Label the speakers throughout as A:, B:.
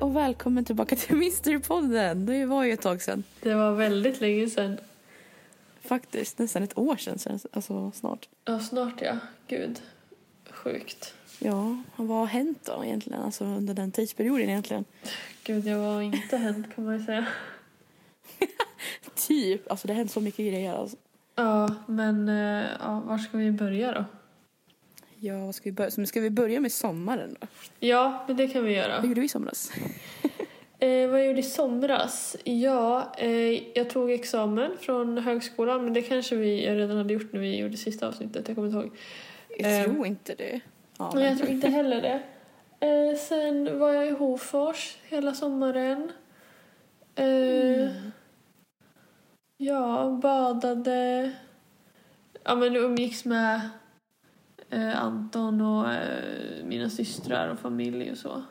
A: och välkommen tillbaka till Mysterypodden. Det var ju ett tag sedan.
B: Det var väldigt länge sedan.
A: Faktiskt, nästan ett år sedan, sedan alltså snart.
B: Ja, snart ja. Gud. Sjukt.
A: Ja, vad har hänt då egentligen, alltså under den tidsperioden egentligen?
B: Gud, jag var inte hänt kan man ju säga.
A: Typ, alltså det har hänt så mycket grejer alltså.
B: Ja, men eh, ja, var ska vi börja då?
A: Ja, vad ska vi börja? Så nu ska vi börja med sommaren då?
B: Ja, men det kan vi göra.
A: Vad gjorde vi i somras?
B: Eh, vad jag gjorde i somras? Ja, eh, jag tog examen från högskolan men det kanske vi jag redan hade gjort när vi gjorde sista avsnittet, jag kommer inte ihåg.
A: Jag
B: Eh,
A: tror inte det. Ja,
B: Nej, jag
A: men,
B: tror inte heller det. Eh, sen var jag i Hofors hela sommaren. Eh,
A: Mm.
B: Ja, badade. Ja, men umgicks med eh, Anton och eh, mina systrar och familj och så.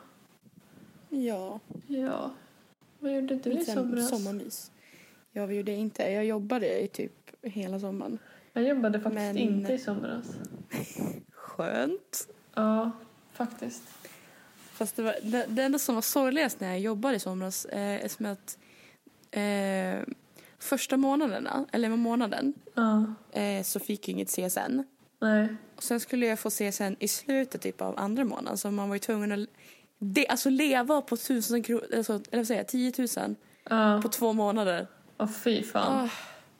A: ja,
B: Ja. Vad gjorde du i
A: lite som
B: somras?
A: sommarmys. Ja, vi gjorde inte. Jag jobbade i typ hela sommaren.
B: Jag jobbade faktiskt
A: Men-
B: inte i somras.
A: Skönt.
B: Ja, faktiskt.
A: Fast det, var, det, det enda som var sorgligast när jag jobbade i somras eh, är som att eh, första månaderna, eller med månaden,
B: Ja.
A: eh, så fick jag inget CSN.
B: Nej.
A: Och sen skulle jag få CSN i slutet typ av andra månaden så man var ju tvungen att de, alltså leva på 1000 kronor, alltså, eller vad säger jag, 10 000
B: Ja,
A: på två månader.
B: och fy fan.
A: Ah.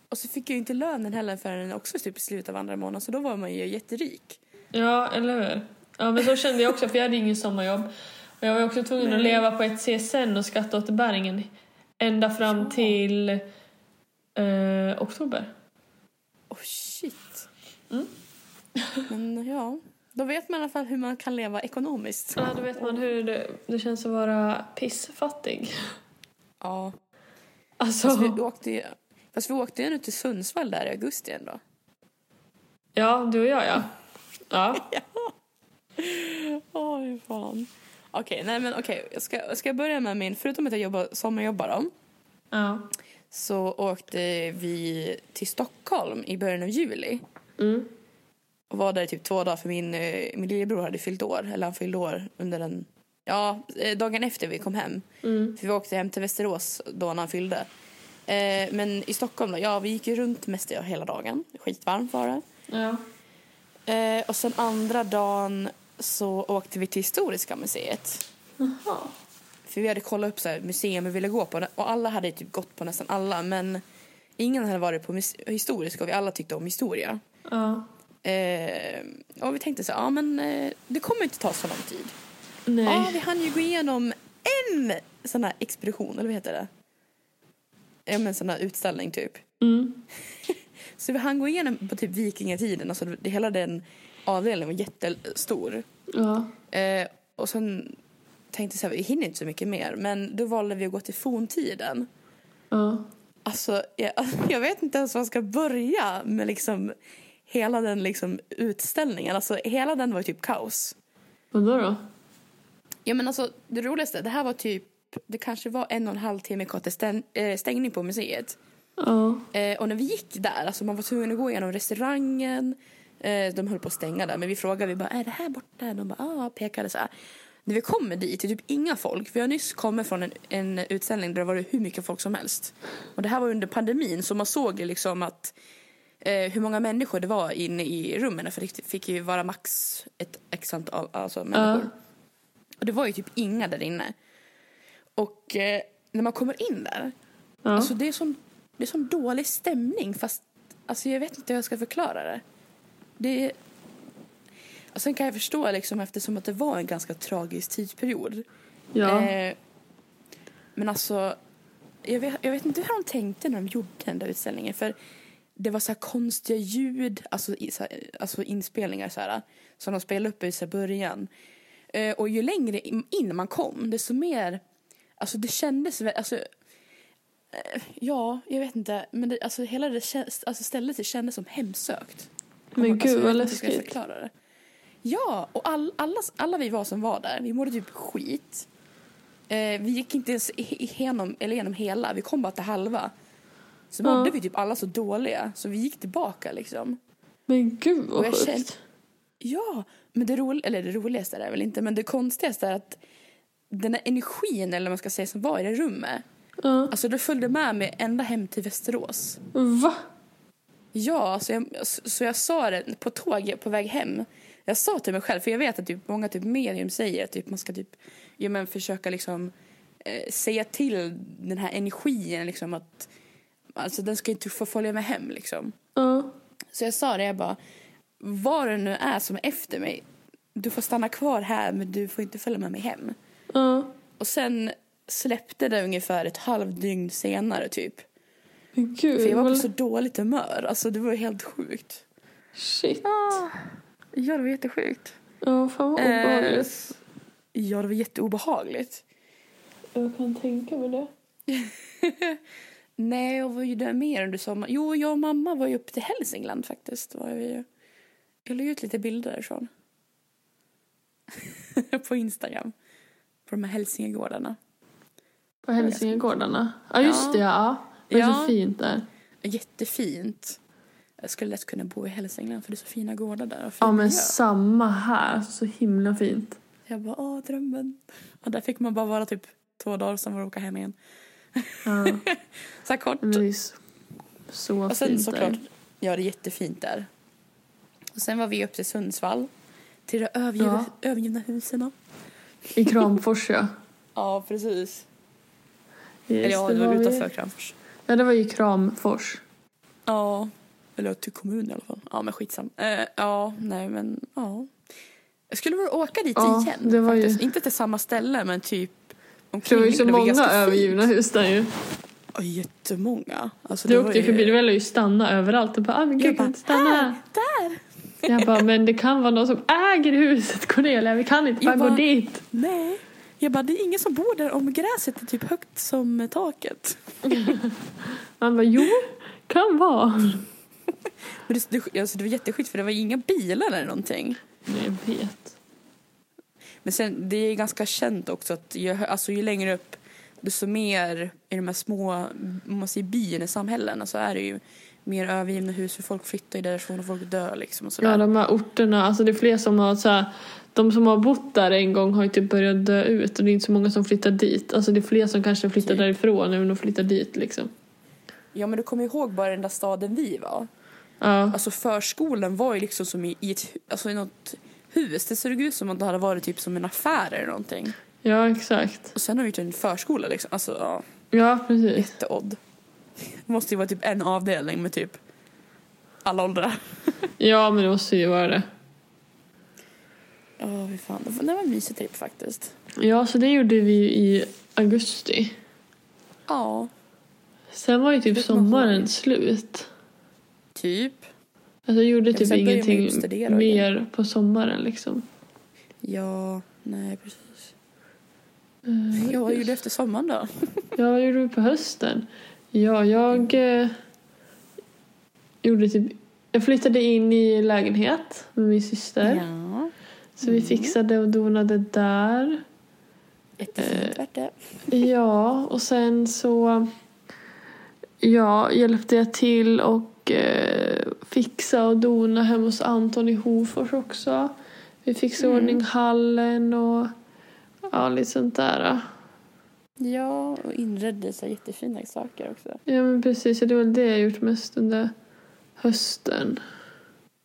A: Och så fick jag ju inte lönen heller förrän också typ i slutet av andra månaden så då var man ju jätterik.
B: Ja, eller hur? Ja, men så kände jag också för jag hade ingen sommarjobb. Och jag var också tvungen att leva på ett CSN och skatteåterbäringen ända fram
A: Ja.
B: till eh, oktober.
A: Oh shit. Mm. Men ja, då vet man i alla fall hur man kan leva ekonomiskt.
B: Ja, då vet man hur det, det känns att vara pissfattig.
A: Ja,
B: Alltså,
A: fast vi åkte ju, fast vi åkte ju nu till Sundsvall där i augusti ändå.
B: ja, du och jag ja. Ja,
A: Åh, hur fan. Okej, nej men okej, jag ska, jag ska börja med min, förutom att jag jobbar, sommarjobbar då,
B: ja.
A: så åkte vi till Stockholm i början av juli.
B: Mm.
A: Och var där i typ två dagar för min, eh, min lillebror hade fyllt år, eller han fyllde år under den, ja, eh, dagen efter vi kom hem.
B: Mm.
A: För vi åkte hem till Västerås då när han fyllde. Eh, men i Stockholm då, ja vi gick ju runt mest hela dagen, skitvarmt var det.
B: ja.
A: Eh, och sen andra dagen så åkte vi till Historiska museet.
B: Jaha.
A: För vi hade kollat upp så här museer vi ville gå på och alla hade typ gått på nästan alla men ingen hade varit på muse- Historiska och vi alla tyckte om historia.
B: Ja.
A: Eh, och vi tänkte så här, ja men eh, det kommer inte ta så lång tid. Ja,
B: Nej.
A: Ah, vi hann ju gå igenom en sån här expedition, eller vad heter det? Ja men sån här utställning typ.
B: Mm.
A: Så vi hann gå igenom på typ vikingatiden, alltså det, hela den avdelningen var jättestor.
B: Ja.
A: Eh, och sen tänkte jag så här, vi hinner inte så mycket mer. Men då valde vi att gå till forntiden.
B: Ja.
A: Alltså, jag, jag vet inte ens var jag ska börja med liksom hela den liksom utställningen. Alltså hela den var ju typ kaos.
B: Vadå då?
A: Ja men alltså det roligaste, det här var typ, det kanske var en och en halv timme kvar till stäng, eh, stängning på museet.
B: Ja.
A: Eh, och när vi gick där, alltså man var tvungen att gå igenom restaurangen. Eh, de höll på att stänga där, men vi frågade, vi bara, är det här borta? De bara, ja, ah, pekade så här. När vi kommer dit, det är typ inga folk. Vi har nyss kommit från en, en utställning där det var hur mycket folk som helst. Och det här var under pandemin, så man såg ju liksom att eh, hur många människor det var inne i rummen. För det fick ju vara max ett x antal alltså, människor. Och det var ju typ inga där inne. Och eh, när man kommer in där,
B: Ja.
A: Alltså det är sån, det är sån dålig stämning fast alltså jag vet inte hur jag ska förklara det. Det är... Och sen kan jag förstå liksom eftersom att det var en ganska tragisk tidsperiod.
B: ja.
A: Eh, men alltså jag vet, jag vet inte hur de tänkte när de gjorde den där utställningen för det var så här konstiga ljud, alltså, i, så här, alltså inspelningar så här som de spelade upp i så här början. Eh, och ju längre in in man kom desto mer, alltså det kändes väl, alltså eh, Ja, jag vet inte. Men det, alltså, hela det känns, alltså, stället det kändes som hemsökt.
B: Men
A: Alltså,
B: gud
A: jag vet inte
B: vad
A: hur jag
B: läskigt.
A: ska förklara det. Ja, och all, alla, alla vi var som var där, vi mådde typ skit. Eh, vi gick inte ens i- igenom, eller igenom hela, vi kom bara till halva. Så
B: Ja.
A: mådde vi typ alla så dåliga, så vi gick tillbaka liksom.
B: Men gud
A: Och
B: vad
A: jag känner-
B: sjukt.
A: Ja, men det, ro, eller det roligaste är det väl inte, men det konstigaste är att den där energin eller vad man ska säga som var i det rummet.
B: Ja.
A: Alltså det följde med mig ända hem till Västerås.
B: Va?
A: Ja, så jag, så jag sa det på tåg på väg hem. Jag sa till mig själv, för jag vet att typ, många typ medium säger att typ, man ska typ, ja, men försöka liksom, eh, säga till den här energin liksom, att alltså, den ska inte få följa med hem. Liksom.
B: Ja.
A: Så jag sa det, jag bara, vad det nu är som är efter mig, du får stanna kvar här men du får inte följa med mig hem.
B: Ja.
A: Och sen släppte det ungefär ett halvdygn senare typ.
B: Men Gud.
A: För jag var på
B: vad-
A: så dåligt humör, alltså det var ju helt sjukt.
B: Shit.
A: Ja, det var jättesjukt. Eh,
B: Ja, fan vad obehagligt.
A: Ja, det var jätteobehagligt.
B: Jag kan tänka mig det.
A: Nej, jag var ju där mer under sommaren. Jo, jag och mamma var ju uppe till Hälsingland faktiskt. Var vi ju. Jag la ut lite bilder därifrån. på Instagram. På de här hälsingegårdarna.
B: På Hälsingegårdarna. Ja, just det. Ja. Det är
A: Ja.
B: så fint där.
A: Jättefint. Jag skulle lätt kunna bo i Hälsingland för det är så fina gårdar där. Och fin
B: Ja, men
A: miljö.
B: samma här. Så himla fint.
A: Jag bara, åh drömmen. Och där fick man bara vara typ två dagar, sen var det åka hem igen.
B: Ja.
A: Så här kort.
B: Men det är så, så
A: Och sen
B: fint
A: såklart,
B: där.
A: ja det är jättefint där. Och sen var vi upp till Sundsvall. Till de övergivna, övergivna husen.
B: I Kramfors, ja.
A: Ja, precis.
B: Yes,
A: Eller ja, det var utanför Kramfors.
B: Ja, det var ju Kramfors.
A: Ja, eller till kommun i alla fall. Ja, men skitsam. Eh, ja, nej men ja. Jag skulle vilja åka dit
B: Ja,
A: igen.
B: det var ju-
A: faktiskt. Inte till samma ställe, men typ
B: För
A: omkring.
B: det var ju så många
A: ganska
B: övergivna
A: fint.
B: hus där ju.
A: Ja, jättemånga. Alltså,
B: Du
A: var
B: åkte ju förbi, du ville ju stanna överallt. Du bara, ah, men
A: Jag
B: gud,
A: bara,
B: kan inte stanna här.
A: Där!
B: Jag bara, men det kan vara någon som äger huset Cornelia, vi kan inte bara,
A: Jag bara-
B: gå dit.
A: Nej. Jag bara, det är ingen som bor där om gräset är typ högt som eh, taket.
B: Han bara, jo, kan vara.
A: Men det, det, alltså det var jättesjukt för det var ju inga bilar eller någonting.
B: Nej, Jag vet.
A: Men sen, det är ju ganska känt också att ju, hö- alltså, ju längre upp desto mer i de här små om man säger, byarna, samhällena så är det ju mer övergivna hus för folk flyttar ju därifrån och folk dör liksom och sådär.
B: Ja, de här orterna, alltså det är fler som har så här, de som har bott där en gång har ju typ börjat dö ut och det är inte så många som flyttar dit. Alltså det är fler som kanske flyttar
A: Typ.
B: därifrån än de flyttar dit liksom.
A: ja men du kommer ihåg bara den där staden vi var.
B: Ja,
A: Alltså förskolan var ju liksom som i, i ett hu- alltså, i något hus. Det såg ut som att det hade varit typ som en affär eller någonting.
B: ja exakt.
A: Och sen har vi gjort en förskola liksom. Alltså ja,
B: Ja, precis.
A: jätteodd. Det måste ju vara typ en avdelning med typ alla åldrar.
B: Ja, men det måste ju vara det.
A: Ja, fy fan. Det var- Det var en mysig trip faktiskt.
B: Ja, så det gjorde vi ju i augusti.
A: Ja.
B: Sen var ju typ
A: Vet man vad?
B: sommaren slut.
A: Typ.
B: Alltså jag gjorde
A: men
B: typ
A: sen börjar man ju
B: ingenting
A: studera och grejer.
B: mer på sommaren liksom.
A: Ja, nej precis.
B: Eh,
A: Mm. Ja, vad gjorde du efter sommaren då?
B: Ja, vad gjorde vi på hösten? Ja, jag eh, gjorde typ... Jag flyttade in i lägenhet med min syster.
A: Ja. Mm.
B: Så vi fixade och donade där.
A: Jättefint vart det.
B: Ja, och sen så ja, hjälpte jag till och eh, fixa och dona hemma hos Anton i Hofors också. Vi fixade i
A: Mm.
B: ordning hallen och ja, lite sånt där.
A: Ja, och inredde så här jättefina saker också.
B: Ja, men precis. Det var det jag gjort mest under hösten.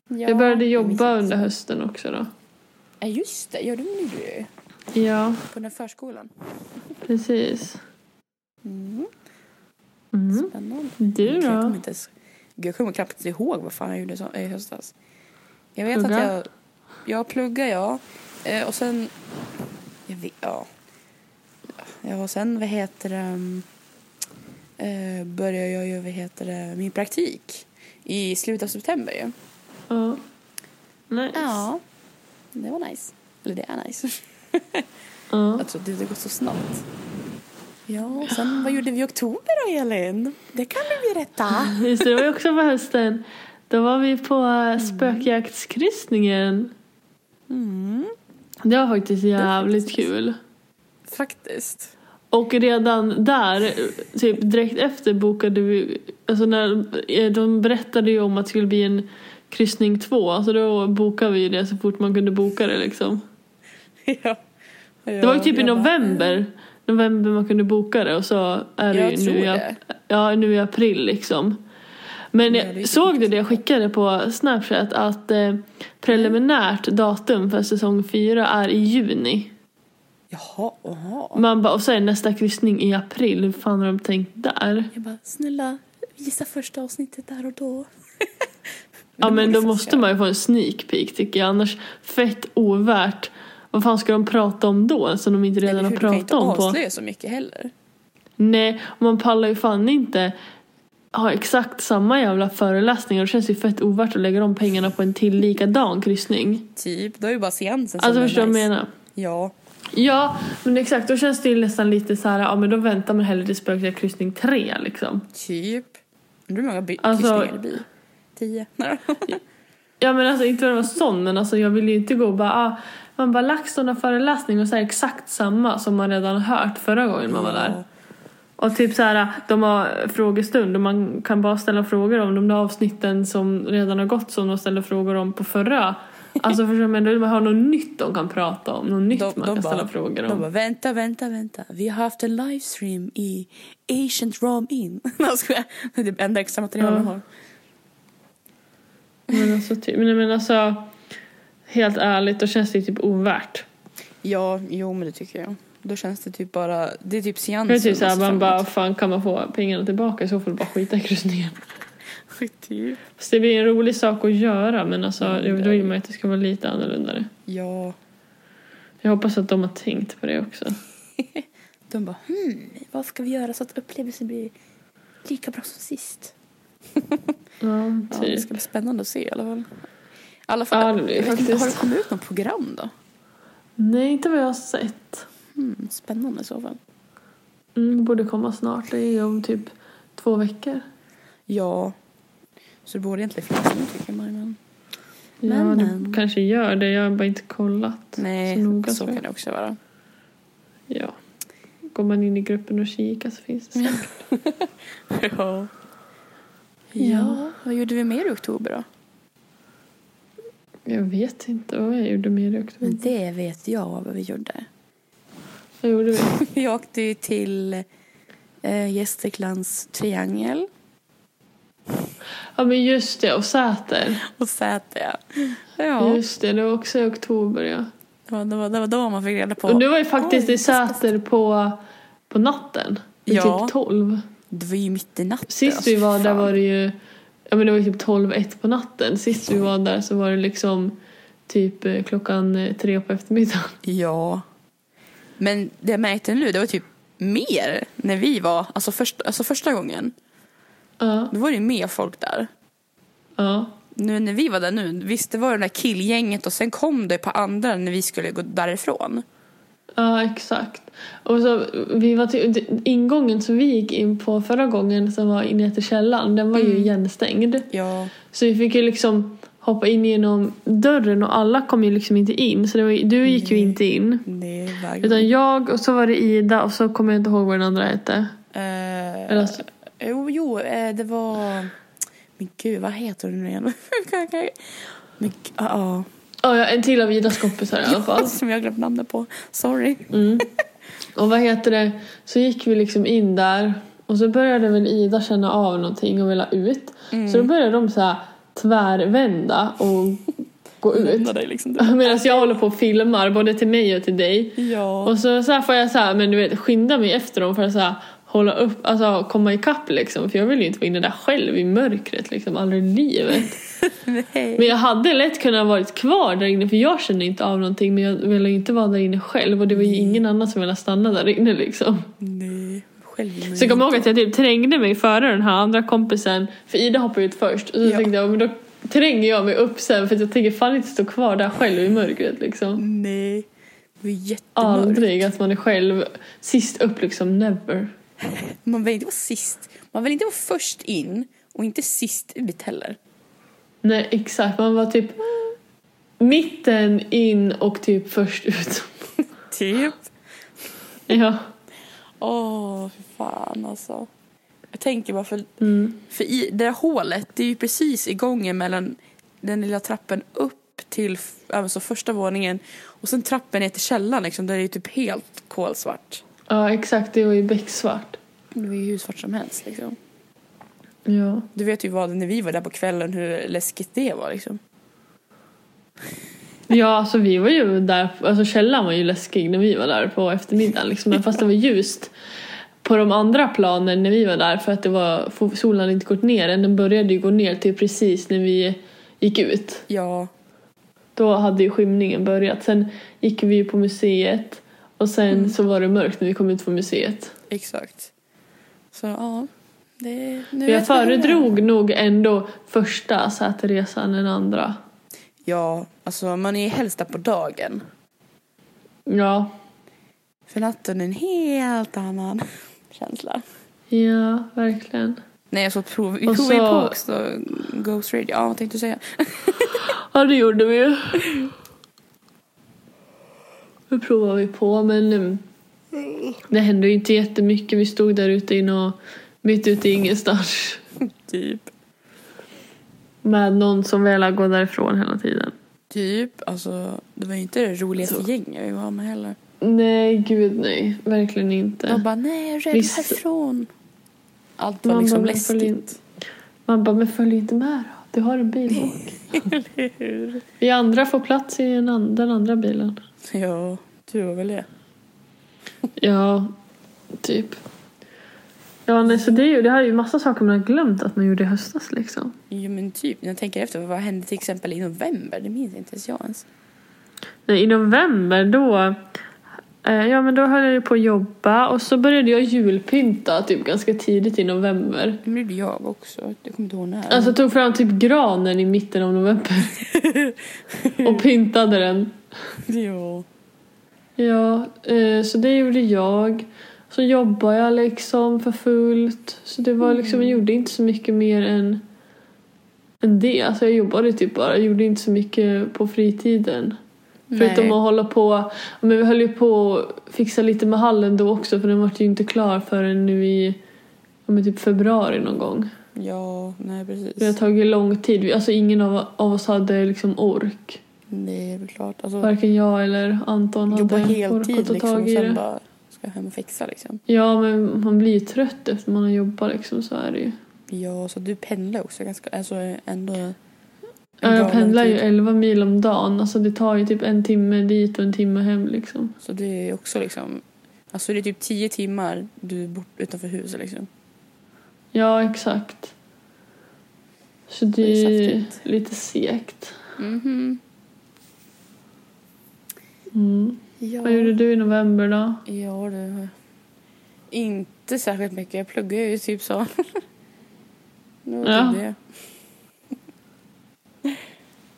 A: Ja,
B: jag började jobba
A: mysigt.
B: under hösten också då.
A: Ja, just det. Ja, det gjorde du ju.
B: Ja,
A: På den här förskolan.
B: precis.
A: Mm.
B: Mm.
A: Spännande.
B: Du
A: Jag kommer
B: då?
A: inte ens... Gud, jag kommer knappt ihåg vad fan jag gjorde så, i höstas. Jag vet
B: Plugga?
A: att jag... Jag pluggade, ja. Eh, och sen... Jag vet, ja. Ja, och sen, vad heter det... mm, Eh, började jag ju, vad heter det, min praktik. I slutet av september ju.
B: Ja. Nice.
A: Det var nice. Eller det är nice.
B: Ja.
A: Jag trodde det går så snabbt. Ja, och sen vad gjorde vi i oktober då, Elin? Det kan du berätta.
B: Just det, det var ju också på hösten. Då var vi på eh, spökjaktskryssningen.
A: Mm,
B: Det var faktiskt jävligt
A: faktiskt-
B: kul.
A: faktiskt.
B: Och redan där, eh, typ direkt efter bokade vi, alltså när eh, de berättade ju om att det skulle bli en kryssning två, alltså då bokade vi ju det så fort man kunde boka det liksom.
A: Ja.
B: Det var ju typ i november. November man kunde boka det och så är det
A: Jag
B: ju
A: tror
B: nu i,
A: det.
B: ja, nu i april liksom. Men
A: det är
B: jag
A: ju
B: såg du det jag skickade på Snapchat att eh, preliminärt datum för säsong fyra är i juni.
A: Jaha, jaha.
B: Man bara, och så är nästa kryssning i april. Hur fan har de tänkt där?
A: Jag bara, snälla visa första avsnittet där och då.
B: Ja
A: det borde
B: men då
A: faktiskt
B: måste
A: göra.
B: man ju få en sneak peek tycker jag. Annars fett ovärt. Vad fan ska de prata om då som de inte redan
A: Eller hur,
B: har
A: du kan inte
B: pratat om på?
A: avslöja så mycket heller.
B: Nej, och man pallar ju fan inte ha exakt samma jävla föreläsningar. Det känns ju fett ovärt att lägga de pengarna på en till likadan kryssning.
A: Typ, då är ju bara seansen som
B: Alltså
A: är
B: förstår du vad
A: nice.
B: jag menar?
A: Ja.
B: Ja, men exakt. Då känns det ju nästan lite så här, ja men då väntar man hellre till Spökliga kryssning 3 liksom.
A: Typ. Undrar hur många by-
B: Alltså-
A: kryssningar det blir. Tio. Nej då.
B: Ja men alltså inte för att vara sån men alltså jag vill ju inte gå och bara ah, man bara LaxTon har föreläsning och så här exakt samma som man redan har hört förra gången man var där. Och typ så här de har frågestund och man kan bara ställa frågor om de där avsnitten som redan har gått som de ställde frågor om på förra. Alltså förstår du vad jag menar? man har något nytt de kan prata om, något nytt
A: De-
B: man
A: de
B: kan
A: bara-
B: ställa frågor
A: De
B: om.
A: bara, vänta, vänta, vänta. Vi har haft en livestream i Ancient Rom In. Nej, skojar. Det är det enda extra material
B: Ja.
A: de har.
B: Men alltså typ, men, men alltså helt ärligt då känns det ju typ ovärt.
A: Ja, jo men det tycker jag. Då känns det typ bara, det är typ seansen.
B: Jag är typ såhär,
A: ser fram
B: man
A: emot.
B: bara fan kan man få pengarna tillbaka i så fall bara skita i kryssningen.
A: Typ.
B: Fast det blir en rolig sak att göra men alltså,
A: Ja,
B: jag-
A: det
B: då
A: är
B: vill
A: det.
B: man ju att det ska vara lite annorlunda.
A: Ja.
B: Jag hoppas att de har tänkt på det också.
A: De bara, hmm, vad ska vi göra så att upplevelsen blir lika bra som sist?
B: Ja,
A: Ja, det
B: typ.
A: ska bli spännande att se i alla fall. I alla
B: Ja,
A: fall,
B: det blir
A: jag vet inte,
B: faktiskt-
A: har det kommit ut något program då?
B: Nej, inte vad jag har sett.
A: Hmm, spännande i så fall.
B: Mm, det borde komma snart. Det är om typ två veckor.
A: Ja. Så det borde egentligen finnas nu tycker man. Men...
B: Ja,
A: Men,
B: det
A: men.
B: kanske gör det. Jag har bara inte kollat
A: Nej,
B: så noga.
A: så
B: tror jag.
A: kan det också vara.
B: Ja. Går man in i gruppen och kikar så finns det säkert.
A: Ja.
B: Ja.
A: ja. Vad gjorde vi mer i oktober då?
B: Jag vet inte vad jag gjorde mer i oktober.
A: det vet jag vad vi gjorde.
B: Vad gjorde vi?
A: Vi åkte ju till eh, Gästriklands triangel
B: Ja, men just det. Och Säter.
A: och Säter. Ja,
B: Just det, det var också i oktober. Ja.
A: det var, det, var, det var då man fick reda på.
B: Och du var ju faktiskt
A: Oj,
B: i Säter på, på natten. Vid
A: Ja.
B: typ 12.
A: Det var ju mitt i natten.
B: Sist
A: alltså,
B: vi var där
A: fan.
B: var det ju ja, men det var ju typ 12-1 på natten. Sist vi var där så var det liksom typ eh, klockan eh, tre på eftermiddagen.
A: Ja. Men det jag märkte nu, det var typ mer när vi var, alltså, först, alltså första gången.
B: Ja,
A: Då var det ju mer folk där.
B: ja.
A: Nu när vi var där nu, visst det var det där killgänget och sen kom det på andra när vi skulle gå därifrån.
B: Ja, exakt. Och så, vi var till, d- ingången som vi gick in på förra gången som var inne till källaren, den var
A: Mm.
B: ju igenstängd.
A: Ja.
B: Så vi fick ju liksom hoppa in genom dörren och alla kom ju liksom inte in. Så det var, ju- du gick ju inte in.
A: Det var
B: Utan jag och så var det Ida och så kommer jag inte ihåg vad den andra hette. Eller
A: eh,
B: alltså,
A: jo, jo, eh, det var... Men gud, vad heter du nu igen? Men g- ja, ja.
B: ja, ja, en till av Idas kompisar i alla fall.
A: Som jag glömt namnet på. Sorry.
B: Mm. Och vad heter det, så gick vi liksom in där och så började väl Ida känna av någonting och vilja ut. Så då började de så här tvärvända och gå ut.
A: Lämna dig liksom.
B: Medan jag håller på och filmar både till mig och till dig.
A: Ja.
B: Och så, så här får jag så här, men du vet, skynda mig efter dem för att så här, hålla upp, alltså komma ikapp liksom. För jag vill ju inte vara inne där själv i mörkret liksom, aldrig i livet.
A: Nej.
B: Men jag hade lätt kunnat varit kvar där inne för jag kände inte av någonting men jag ville inte vara där inne själv och det var ju ingen annan som ville stanna där inne liksom.
A: Nej. Självmord.
B: Så jag kommer ihåg att jag typ trängde mig före den här andra kompisen för Ida hoppade ut först och så
A: Ja.
B: tänkte jag men då tränger jag mig upp sen för att jag tänker fan inte stå kvar där själv i mörkret liksom.
A: Nej. Mm. Det var jättemörkt.
B: Aldrig att man är själv sist upp liksom, never.
A: Man vill inte vara sist. Man vill inte vara först in och inte sist ut heller.
B: Nej exakt, man var typ mitten in och typ först ut.
A: Typ.
B: ja.
A: Åh, fy fan alltså. Jag tänker bara för,
B: Mm.
A: för i det där hålet, det är ju precis i gången mellan den lilla trappen upp till f- alltså första våningen och sen trappen ner till källaren liksom, där det är typ helt kolsvart.
B: Ja, exakt. Det var ju becksvart.
A: Det var ju hur svart som helst liksom.
B: Ja.
A: Du vet ju vad, när vi var där på kvällen hur läskigt det var liksom.
B: Ja, alltså vi var ju där, alltså källaren var ju läskig när vi var där på eftermiddagen liksom. Men fast det var ljust på de andra planen när vi var där för att det var, for- solen hade inte gått ner än. Den började ju gå ner till precis när vi gick ut.
A: Ja,
B: Då hade ju skymningen börjat. Sen gick vi ju på museet och sen
A: Mm.
B: så var det mörkt när vi kom ut från museet.
A: exakt. Så ja, det... Nu
B: Men jag
A: vet vi hur det är.
B: föredrog nog ändå första Säterresan än andra.
A: Ja, alltså man är helst där på dagen.
B: Ja,
A: För natten är en helt annan känsla.
B: ja verkligen.
A: Nej, jag såg prov, vi
B: Och
A: provade ju
B: så-
A: på också Ghost Radio. Ja, vad tänkte du säga?
B: Ja, det gjorde vi ju. Nu provar vi på, men um, det hände ju inte jättemycket. Vi stod där ute i nå- mitt ute i ingenstans
A: Typ.
B: med någon som väl gå därifrån hela tiden.
A: Typ, alltså det var ju inte det roligaste
B: Så.
A: gänget vi var med heller.
B: Nej, gud nej. Verkligen
A: De
B: inte.
A: bara, nej jag är rädd
B: Visst.
A: härifrån. Allt var liksom
B: bara, men följ
A: läskigt.
B: inte- Man bara, men följ inte med då. Du har en bil, åk. Vi andra får plats i en an- den andra bilen.
A: Ja, tur var väl det.
B: Ja, typ. Ja, nej, så det, är ju, det här är ju massa saker man har glömt att man gjorde i höstas liksom.
A: Jo men typ, när jag tänker efter, vad hände till exempel i november? Det minns inte ens jag ens.
B: Nej, I november då, eh, ja men då höll jag ju på att jobba och så började jag julpynta typ ganska tidigt i november.
A: Det gjorde jag också, jag kommer inte ihåg när.
B: Alltså tog fram typ granen i mitten av november och pyntade den.
A: ja.
B: Ja, eh, så det gjorde jag. Så jobbade jag liksom för fullt. Så det var liksom, jag gjorde inte så mycket mer än, än det. Alltså jag jobbade typ bara, jag gjorde inte så mycket på fritiden. Förutom att hålla på, men vi höll ju på att fixa lite med hallen då också för den var ju inte klar förrän nu i ja, men typ februari någon gång.
A: Ja, nej precis.
B: Det har tagit lång tid, Vi- alltså ingen av, av oss hade liksom ork.
A: Nej, det är väl klart. Alltså,
B: Varken jag eller Anton hade
A: jobba
B: ork att
A: heltid
B: ta
A: liksom
B: tag
A: och
B: i
A: sen
B: det.
A: bara ska jag hem och fixa liksom.
B: Ja, men man blir ju trött efter man har jobbat liksom, så är det ju.
A: Ja, så du pendlar också ganska, alltså ändå. en
B: Ja,
A: bra
B: jag pendlar ju
A: tid.
B: 11 mil om dagen, alltså det tar ju typ en timme dit och en timme hem liksom.
A: Så det är också liksom, alltså det är typ tio timmar du är bort utanför huset liksom.
B: Ja, exakt. Så det
A: Det är
B: är ju
A: saftigt.
B: lite segt.
A: Mhm.
B: Mm.
A: Ja.
B: Vad gjorde du i november då?
A: Ja du. Inte särskilt mycket, jag pluggar ju typ så. Nu var
B: Ja.
A: det det.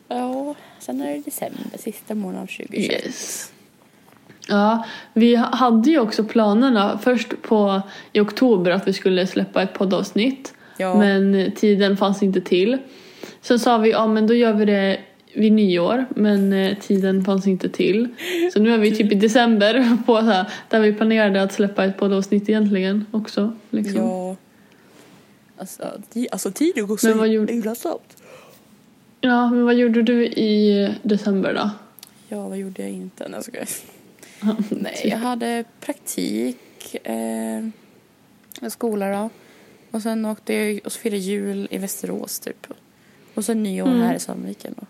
A: Ja, sen är det december, sista månaden av 2021.
B: Yes. Ja, vi hade ju också planerna först på, i oktober att vi skulle släppa ett poddavsnitt.
A: Ja,
B: Men tiden fanns inte till. Sen sa vi, ja men då gör vi det vid nyår, men eh, tiden fanns inte till. Så nu är vi typ i december på så här, där vi planerade att släppa ett poddavsnitt egentligen också. Liksom.
A: ja. Alltså, ti- alltså tiden går så
B: Men vad gjorde-
A: himla snabbt.
B: ja, men vad gjorde du i december då?
A: Ja, vad gjorde jag inte? Nej, jag skojar. Nej,
B: Typ.
A: jag hade praktik. Eh, skola då. Och sen åkte jag och så firade jul i Västerås typ. Och sen nyår
B: Mm.
A: här i Sandviken då.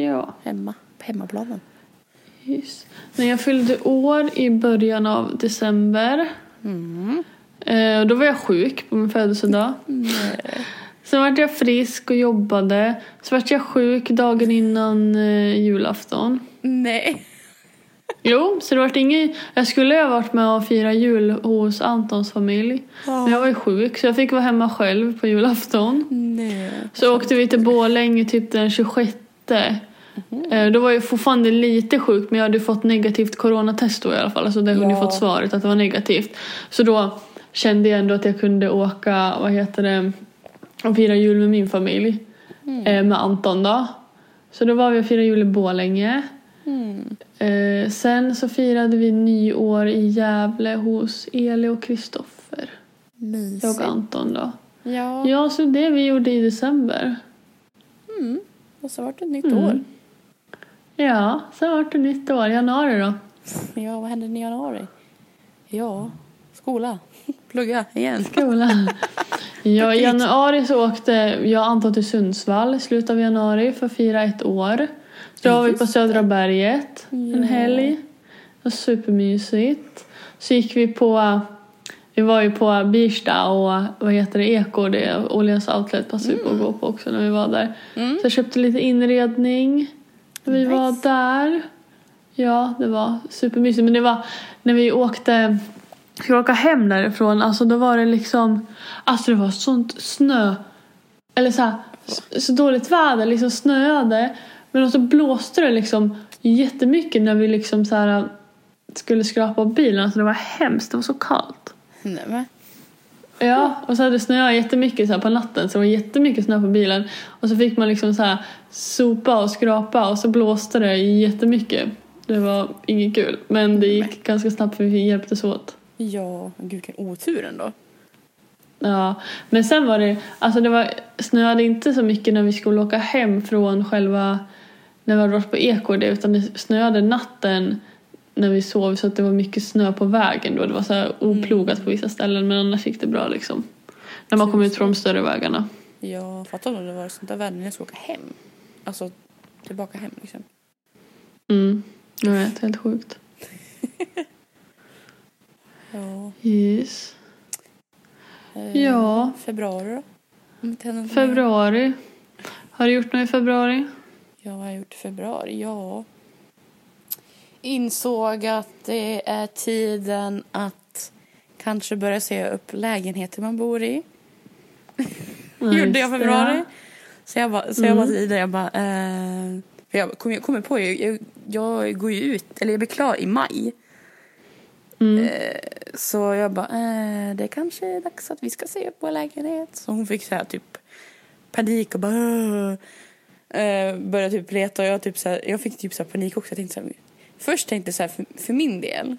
B: Ja.
A: Hemma. På hemmaplanen.
B: Just. När jag fyllde år i början av december,
A: Mm.
B: eh, då var jag sjuk på min födelsedag.
A: Nej.
B: Sen vart jag frisk och jobbade. Så vart jag sjuk dagen innan eh, julafton.
A: Nej.
B: Jo, så det vart ingen... Jag skulle ju ha varit med och fira jul hos Antons familj. Men jag var ju sjuk så jag fick vara hemma själv på julafton.
A: Nej.
B: Så åkte vi till Borlänge typ den 26. Eh, Då var jag fortfarande lite sjuk men jag hade ju fått negativt coronatest då i alla fall. Alltså där hade jag
A: Ja.
B: fått svaret att det var negativt. Så då kände jag ändå att jag kunde åka, vad heter det, och fira jul med min familj. Eh, Med Anton då. Så då var vi och firade jul i Borlänge.
A: Mm.
B: Eh, sen så firade vi nyår i Gävle hos Eli och Kristoffer. Jag
A: Mysigt.
B: och Anton då.
A: Ja.
B: Ja, så det vi gjorde i december.
A: Och så vart det ett nytt
B: Mm.
A: år.
B: Ja, sen vart det nytt år. Januari då?
A: Ja, vad hände i januari? Ja, skola. Plugga igen.
B: Skolan. Ja, I januari så åkte jag och Anton till Sundsvall i slutet av januari för att fira ett år. Så då var vi på
A: Just
B: Södra berget en
A: Ja.
B: helg. Det var supermysigt. Så gick vi på... Vi var ju på Birsta och vad heter det, Eko, det är Åhléns outlet passade vi på att gå på också när vi var där. Så jag köpte lite inredning när vi
A: Nice.
B: var där. Ja, det var supermysigt. Men det var när vi åkte, skulle åka hem därifrån, alltså då var det liksom, alltså det var sånt snö, eller så, här, s- så dåligt väder, liksom snöade. Men så blåste det liksom jättemycket när vi liksom så här skulle skrapa av bilen, alltså det var hemskt, det var så kallt.
A: Nej, men.
B: Ja, och så hade det snöat jättemycket så här på natten så det var jättemycket snö på bilen. Och så fick man liksom så här sopa och skrapa och så blåste det jättemycket. Det var inget kul, men det gick ganska snabbt för vi hjälptes åt.
A: Ja, gud vilken otur ändå.
B: Ja, men sen var det, alltså det var, snöade inte så mycket när vi skulle åka hem från själva, när vi hade varit på Eko och det, utan det snöade natten när vi sov så att det var mycket snö på vägen då. Det var så här
A: Mm.
B: oplogat på vissa ställen men annars gick det bra liksom. När man kom ut från de större vägarna.
A: Jag fattar om det var sånt där väder när jag ska åka hem. Alltså, tillbaka hem liksom.
B: Mm, jag vet, helt sjukt.
A: Ja.
B: Yes.
A: eh,
B: Ja,
A: Februari då? Om inte händer något mer.
B: februari. Har du gjort något i februari?
A: Ja, vad har jag gjort i februari? Ja. Insåg att det är tiden att kanske börja se upp lägenheter man bor i. gjorde jag i februari. Så jag bara, så jag
B: Mm.
A: bara till Ida, jag bara... Eh, för jag kom, jag kommer på, jag, jag, jag går ju ut, eller jag blir klar i maj.
B: Mm.
A: Eh, Så jag bara, eh, det kanske är dags att vi ska se upp vår lägenhet. Så hon fick så här typ panik och bara... "Åh." Eh, började typ leta och jag, typ så här, jag fick typ så här panik också. Jag tänkte så här, först tänkte jag så här för, för min del,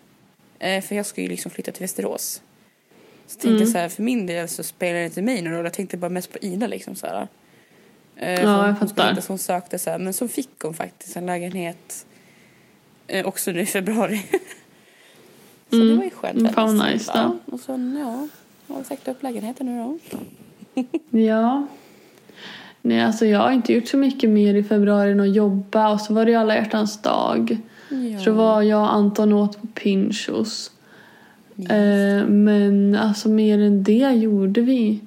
A: eh, för jag ska ju liksom flytta till Västerås. Så tänkte
B: Mm.
A: jag så här, för min del så spelar det inte mig någon roll. Jag tänkte bara mest på Ida liksom så här. Eh, för
B: jag
A: hon- hon
B: fattar.
A: skulle inte- så hon sökte så här, men så fick hon faktiskt en lägenhet eh, också nu i februari. så det
B: Mm.
A: var ju skönt.
B: Mm, fan
A: faktiskt.
B: vad nice
A: ja. Och sen ja, har vi sagt upp lägenheten nu då.
B: Ja. Nej, alltså jag har inte gjort så mycket mer i februari än att jobba och så var det ju alla hjärtans dag.
A: Ja.
B: Så då var jag och Anton åt på Pinchos. Eh, men alltså mer än det gjorde vi.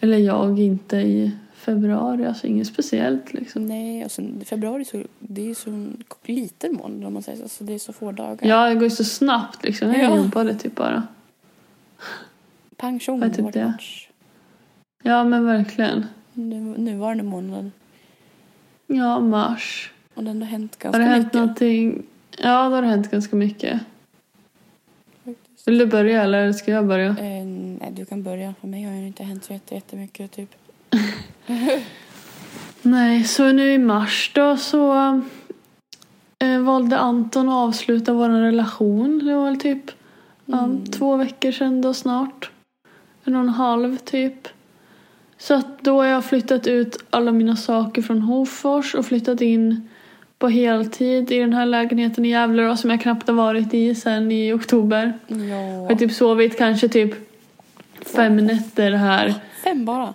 B: Eller jag inte i februari, alltså inget speciellt liksom.
A: Nej, och sen februari så det är ju så en liten månad om man säger så. så. Det är så få dagar.
B: Ja, det går ju så snabbt liksom. Jag
A: Ja.
B: jobbade typ bara.
A: Pang tjong.
B: Vad är typ
A: vart
B: det?
A: match.
B: Ja, men verkligen.
A: Nu, nuvarande månaden.
B: Ja, mars.
A: Och det har ändå hänt ganska
B: Har det hänt
A: mycket.
B: någonting? Ja, det har hänt ganska mycket.
A: faktiskt.
B: Vill du börja eller ska jag börja?
A: Eh, nej, du kan börja. För mig har det inte hänt så jätte- jättemycket typ.
B: Nej, så nu i mars då så eh, valde Anton att avsluta vår relation. Det var väl typ ja,
A: Mm.
B: två veckor sedan då snart. En och en halv typ. Så att då har jag flyttat ut alla mina saker från Hofors och flyttat in på heltid i den här lägenheten i Gävle då, som jag knappt har varit i sen i oktober.
A: Ja.
B: Jag har typ sovit kanske typ fem nätter här.
A: Fem bara.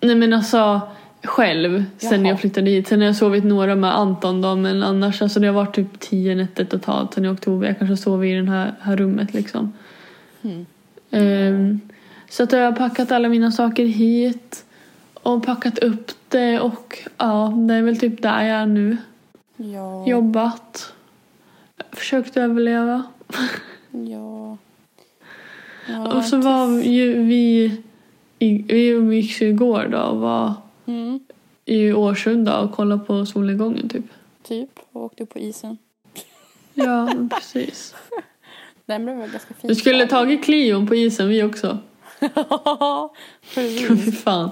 B: Nej men alltså själv sen
A: Jaha.
B: jag flyttade hit. Sen har jag sovit några med Anton då men annars alltså det har varit typ tio nätter totalt sen i oktober. Jag kanske har sovit i det här, här rummet liksom.
A: Mm.
B: Ehm, så att jag har packat alla mina saker hit och packat upp det och ja, det är väl typ där jag är nu.
A: Ja.
B: Jobbat. Försökt överleva.
A: Ja.
B: Och så var ju vi, i, vi umgicks ju igår då och var
A: Mm,
B: i Årsunda och kollade på solnedgången typ.
A: typ. Och åkte på isen.
B: Ja, men precis.
A: Den blev väl ganska fin.
B: Du skulle tagit Clion på isen, vi också.
A: Precis.
B: Fy fan.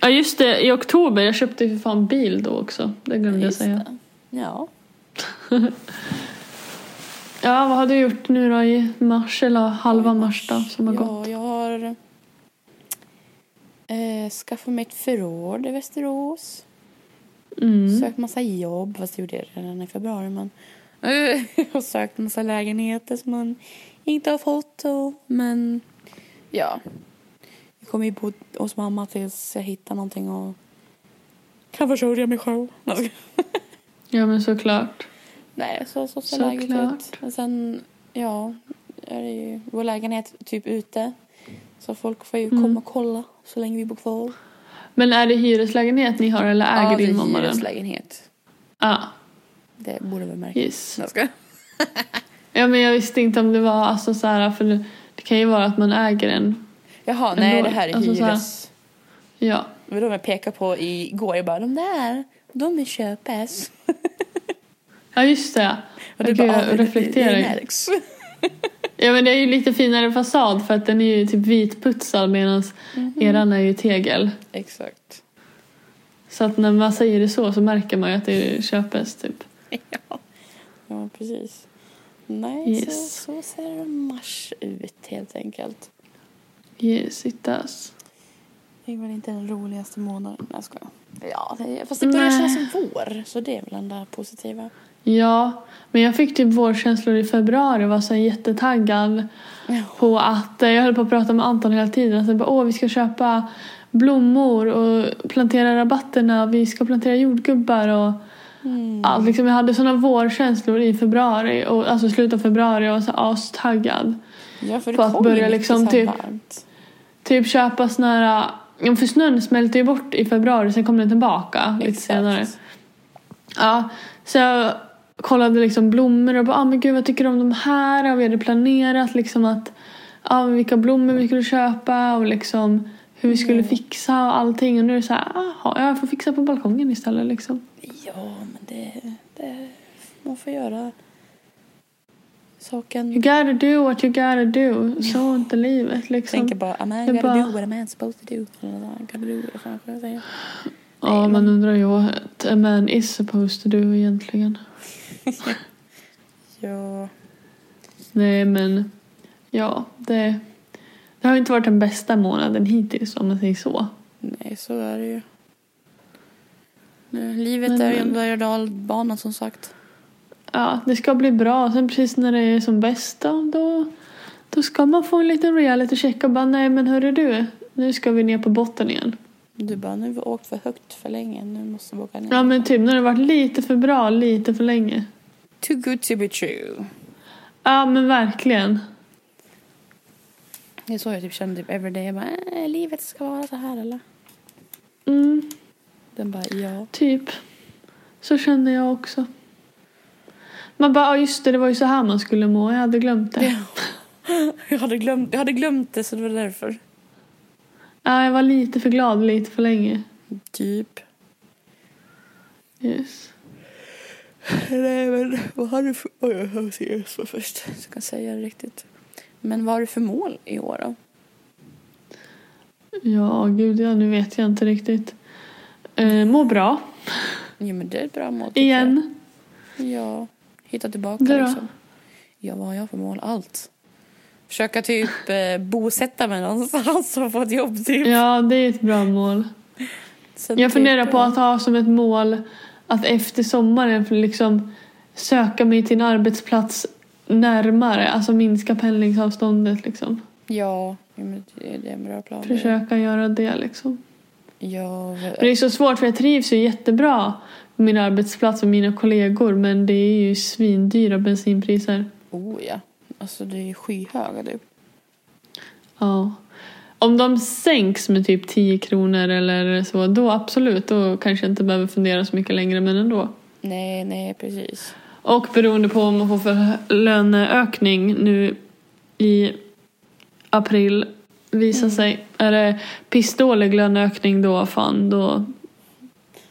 B: Ja, just det. I oktober. Jag köpte ju för fan bil då också. Det glömde jag
A: Just
B: säga.
A: det. Ja.
B: Ja, vad har du gjort nu då i mars eller halva mars då som har
A: ja,
B: gått?
A: jag har eh, skaffat mig ett förråd i Västerås.
B: Mm.
A: Sökt massa jobb, fast det gjorde jag redan i februari. Men... och sökt massa lägenheter som man inte har fått. Och... Men ja, jag kommer ju bo hos mamma tills jag hittar någonting och kan försörja mig själv. Nej, jag skojar.
B: Ja, men såklart.
A: Nej, så, så ser
B: Såklart.
A: läget ut. Men sen, ja, är det ju vår lägenhet typ ute. Så folk får ju
B: Mm.
A: komma och kolla så länge vi bor kvar.
B: Men är det hyreslägenhet ni har eller äger
A: ja,
B: din
A: det är
B: mamma den? Ja,
A: hyreslägenhet. Det borde vi märka.
B: yes.
A: Nej, jag skojar.
B: Ja, men jag visste inte om det var alltså så här, för det, det kan ju vara att man äger en.
A: Jaha,
B: Ändå,
A: nej det här är
B: alltså så här.
A: hyres.
B: Ja,
A: Det var de jag pekade på igår. Jag bara, de där, de vill köpas.
B: ja just det.
A: Och du
B: Okej,
A: bara,
B: jag
A: "Ja, men det-
B: reflekterar. Mm-hmm.
A: Det märks.
B: Ja, men det är ju lite finare fasad för att den är ju typ vitputsad medan
A: Mm.
B: eran är ju tegel.
A: Mm-hmm. Exakt.
B: Så att när man säger det så så märker man ju att det är köpes typ.
A: ja. ja, precis. Nej, så,
B: Yes.
A: så ser mars ut helt enkelt.
B: Yes, it does.
A: Det var inte den roligaste månaden. Jag skojar. Ja, det, fast det börjar
B: Nej.
A: kännas som vår, så det är väl den där positiva.
B: Ja, men jag fick typ vårkänslor i februari och var så här jättetaggad på att eh, jag höll på att prata med Anton hela tiden. Alltså, jag bara, Åh, vi ska köpa blommor och plantera rabatterna. Vi ska plantera jordgubbar och
A: Mm.
B: allt. Liksom, jag hade såna vårkänslor i februari och alltså slutet av februari och var så här astaggad.
A: Ja, för det
B: På att
A: kom
B: börja
A: ju mycket
B: liksom
A: så här
B: typ-
A: varmt.
B: Typ köpa såna här... ja, För snön smälte ju bort i februari, sen kom den tillbaka lite
A: Exakt.
B: senare. Ja, så jag kollade liksom blommor och bara, ah, men gud vad tycker du om de här? Och vi hade planerat liksom att ah, men vilka blommor vi skulle köpa och liksom hur vi skulle
A: Mm.
B: fixa och allting. Och nu är det så här, aha, jag får fixa på balkongen istället liksom.
A: Ja, men det, det... Man får göra
B: You
A: saken...
B: gotta do what you gotta do. Så är inte livet liksom.
A: Tänker bara, am I
B: Jag
A: gonna
B: bara-
A: do what a man's supposed to do? Eller vad I'm gonna do what I'm gonna say.
B: ja,
A: nej,
B: man
A: man-
B: undrar ju what a man is supposed to do egentligen.
A: Ja,
B: Nej men, ja det, det har ju inte varit den bästa månaden hittills om man säger så.
A: nej, så är det ju. Nu, livet
B: Men-
A: är ju
B: men-
A: en berg och dalbana som sagt.
B: Ja, det ska bli bra. Sen precis när det är som bäst då, då, då ska man få en liten reality check och bara nej men hörru du, nu ska vi ner på botten igen.
A: Du bara, nu har vi åkt för högt för länge. Nu måste vi åka ner.
B: Ja men typ när det varit lite för bra, lite för länge.
A: Too good to be true.
B: Ja men verkligen.
A: Det är så jag typ känner typ every day. Jag bara, äh, livet ska vara så här eller?
B: Mm,
A: Den bara, ja.
B: typ. Så kände jag också. Man bara, ja just det, det var ju så här man skulle må. Jag hade glömt det.
A: Jag hade glömt, jag hade glömt det så det var därför.
B: Ja, jag var lite för glad lite för länge.
A: Typ.
B: Yes.
A: Nej men vad har du för... Oj, jag har seriös för först. Så jag kan säga det riktigt. Men vad har du för mål i år då?
B: Ja, gud ja, nu vet jag inte riktigt. Eh, må bra,
A: Jo men det är ett bra mål. tycker
B: igen.
A: Jag. Ja. Hitta tillbaka
B: Du då?
A: liksom. Ja vad har jag för mål? Allt. Försöka typ eh, bosätta mig någonstans och få ett jobb typ.
B: Ja, det är ett bra mål.
A: Sen
B: Jag
A: typ,
B: funderar på
A: ja.
B: att ha som ett mål att efter sommaren liksom söka mig till en arbetsplats närmare, alltså minska pendlingsavståndet liksom.
A: Ja, ja, men det det är en bra plan.
B: Försöka göra det liksom.
A: Ja,
B: Men det är så svårt för jag trivs ju jättebra på min arbetsplats och mina kollegor men det är ju svindyra bensinpriser.
A: oh ja. Alltså det är ju skyhöga typ.
B: Ja. Om de sänks med typ 10 kronor eller så, då absolut. Då kanske jag inte behöver fundera så mycket längre, men ändå.
A: Nej, nej precis.
B: Och beroende på om man får för löneökning nu i april visar sig. Är det pissdålig löneökning då, fan, då,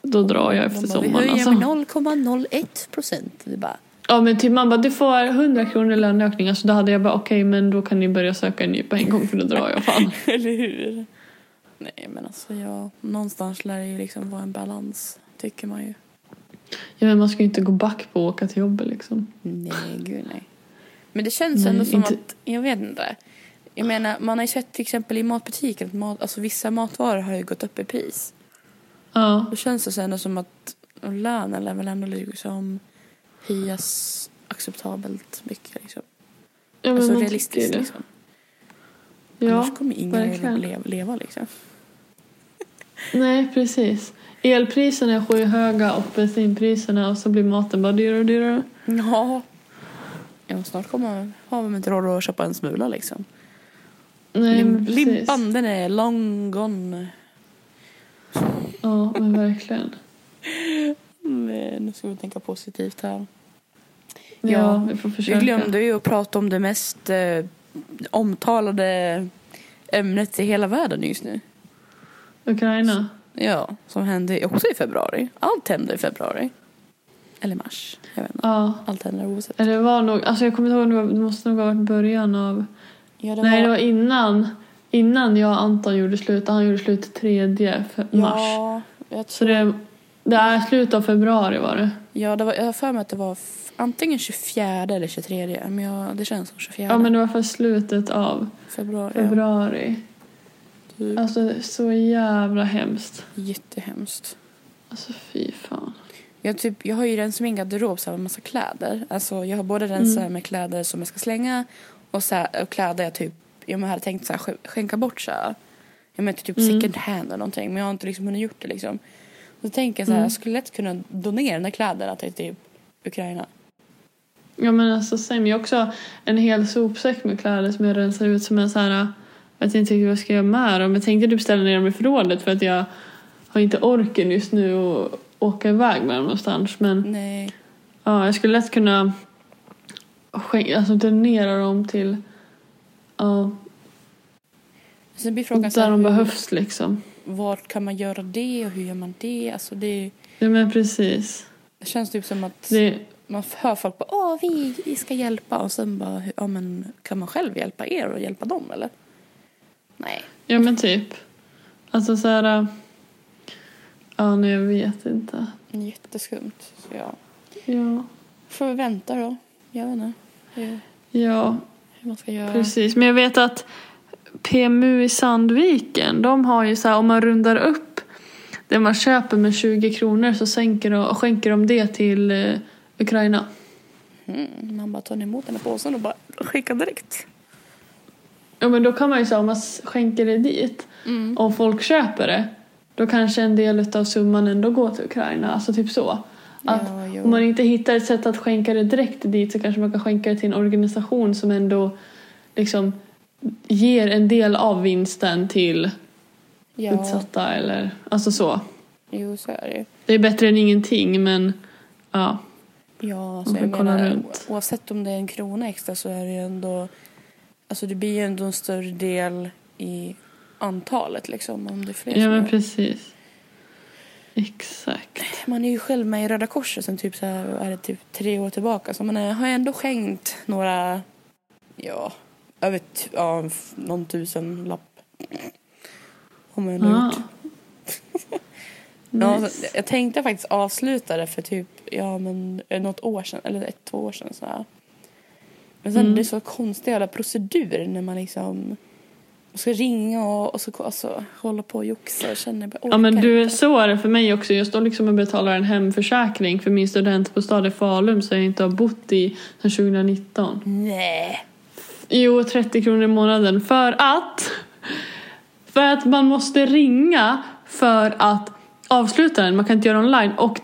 B: då drar jag efter
A: De bara,
B: sommaren.
A: Vi höjer
B: Alltså.
A: med 0,01 procent. Det är bara,
B: Ja, men typ man bara, du får 100 kronor löneökning. Alltså, då hade jag bara, okej, men då kan ni börja söka en ny på en gång för då drar jag fan.
A: eller hur? Nej men alltså jag, någonstans lär det ju liksom vara en balans. Tycker man ju.
B: Ja, men man ska ju inte gå back på att åka till jobbet liksom.
A: Nej, gud nej. Men det känns
B: Nej,
A: ändå som
B: inte-
A: att, jag vet inte. Jag menar, man har ju sett till exempel i matbutiker att mat, alltså vissa matvaror har ju gått upp i pris.
B: Ja.
A: Då känns det så ändå som att Och lönen lär väl ändå liksom höjas acceptabelt mycket. Liksom.
B: Ja, men
A: alltså
B: man
A: realistiskt.
B: tycker det.
A: Liksom.
B: Ja,
A: Annars kommer ingen
B: verkligen.
A: att leva, leva liksom.
B: nej precis. Elpriserna är skyhöga och bensinpriserna och så blir maten bara dyrare och dyrare.
A: Ja. ja snart kommer, har man inte råd att köpa en smula liksom.
B: Nej,
A: Lim,
B: men precis.
A: limpan den är long gone.
B: Ja, men verkligen.
A: Men nu ska Mm, vi tänka positivt här.
B: Ja,
A: Ja,
B: vi får
A: Vi
B: försöka.
A: glömde ju att prata om det mest eh, omtalade ämnet i hela världen just nu.
B: Ukraina.
A: Ja, som hände också i februari. Allt hände i februari. Eller mars. Jag vet inte.
B: Ja.
A: Allt händer oavsett.
B: Eller det var nog, alltså jag kommer inte ihåg, det var- det måste nog ha varit början av...
A: Ja, det
B: Nej, det
A: var-
B: var innan, innan jag och Anton gjorde slut. Han gjorde slut 3 fe- mars.
A: Ja, jag
B: Så det, det är slutet av februari var det.
A: Ja, det var, jag har för mig att det var f- antingen 24 eller 23. Men jag, det känns som 24
B: Ja, men det var för slutet av
A: februari.
B: februari.
A: Typ.
B: Alltså så jävla hemskt.
A: Jättehemskt.
B: Alltså fy fan.
A: Jag, typ, jag har ju rensat min garderob så här med massa kläder. Alltså, jag har både rensat
B: Mm.
A: med kläder som jag ska slänga och, så här, och kläder jag typ jag men hade tänkt så här, sk- skänka bort. Så här. Jag menar typ
B: Mm.
A: second hand eller någonting men jag har inte liksom hunnit gjort det. Liksom. Så tänker jag så här,
B: Mm.
A: jag skulle lätt kunna donera de där kläderna till typ Ukraina.
B: Ja men alltså sen jag har också en hel sopsäck med kläder som jag rensar ut som är så här. Jag vet inte riktigt vad jag ska göra med dem. Jag tänkte typ ställa ner dem i förrådet för att jag har inte orken just nu att åka iväg med dem någonstans. Men
A: Nej.
B: ja, jag skulle lätt kunna skänka, alltså donera dem till ja,
A: Sen blir frågan så
B: där
A: här,
B: de
A: hur-
B: behövs liksom.
A: vart kan man göra det och hur gör man det? Alltså det,
B: Ja men precis.
A: det känns typ som att
B: Det,
A: man hör folk bara åh vi, vi ska hjälpa och sen bara "Hur- ja men kan man själv hjälpa er och hjälpa dem eller? Nej.
B: Ja men typ. Alltså så här... äh, Ja, nej jag vet inte.
A: Jätteskumt. Så ja.
B: Ja.
A: Får vi vänta då. Jag vet inte hur,
B: Ja,
A: hur man ska göra.
B: precis. Men jag vet att PMU i Sandviken, de har ju så här om man rundar upp det man köper med 20 kronor så sänker de, och skänker de det till eh, Ukraina.
A: Mm, man bara tar ni emot den här påsen och bara skickar direkt.
B: Ja men då kan man ju säga om man s- skänker det dit
A: Mm.
B: om folk köper det då kanske en del av summan ändå går till Ukraina. Alltså typ så. Att
A: ja, jo.
B: Om man inte hittar ett sätt att skänka det direkt dit så kanske man kan skänka det till en organisation som ändå liksom ger en del av vinsten till
A: ja.
B: utsatta eller alltså så.
A: Jo så är det ju.
B: Det är bättre än ingenting men ja.
A: Ja, alltså
B: Man får
A: jag
B: kolla
A: menar,
B: runt.
A: o- oavsett om det är en krona extra så är det ju ändå... Alltså det blir ju ändå en större del i antalet liksom om det är fler
B: Ja
A: som
B: men
A: gör-
B: precis. Exakt.
A: Man är ju själv med i Röda Korset sen typ så här, är det typ tre år tillbaka så man är, har ju ändå skänkt några, ja, över t- ja, f- någon tusen lapp. Om jag ändå
B: Ah.
A: gjort. Ja, så,
B: Nice.
A: jag tänkte faktiskt avsluta det för typ ja, men, eh, något år sedan, eller ett, två år sedan. Så här. Men sen
B: Mm.
A: det är så konstiga alla procedurer när man liksom man ska ringa och, och så alltså, hålla på och joxa. Jag känner bara,
B: Ja men
A: orkar
B: du,
A: inte.
B: så är det för mig också. Jag står liksom och betalar en hemförsäkring för min studentbostad i Falun som jag inte har bott i sedan 2019.
A: Nej.
B: Jo, 30 kronor i månaden för att... För att man måste ringa för att avsluta den. Man kan inte göra online. Och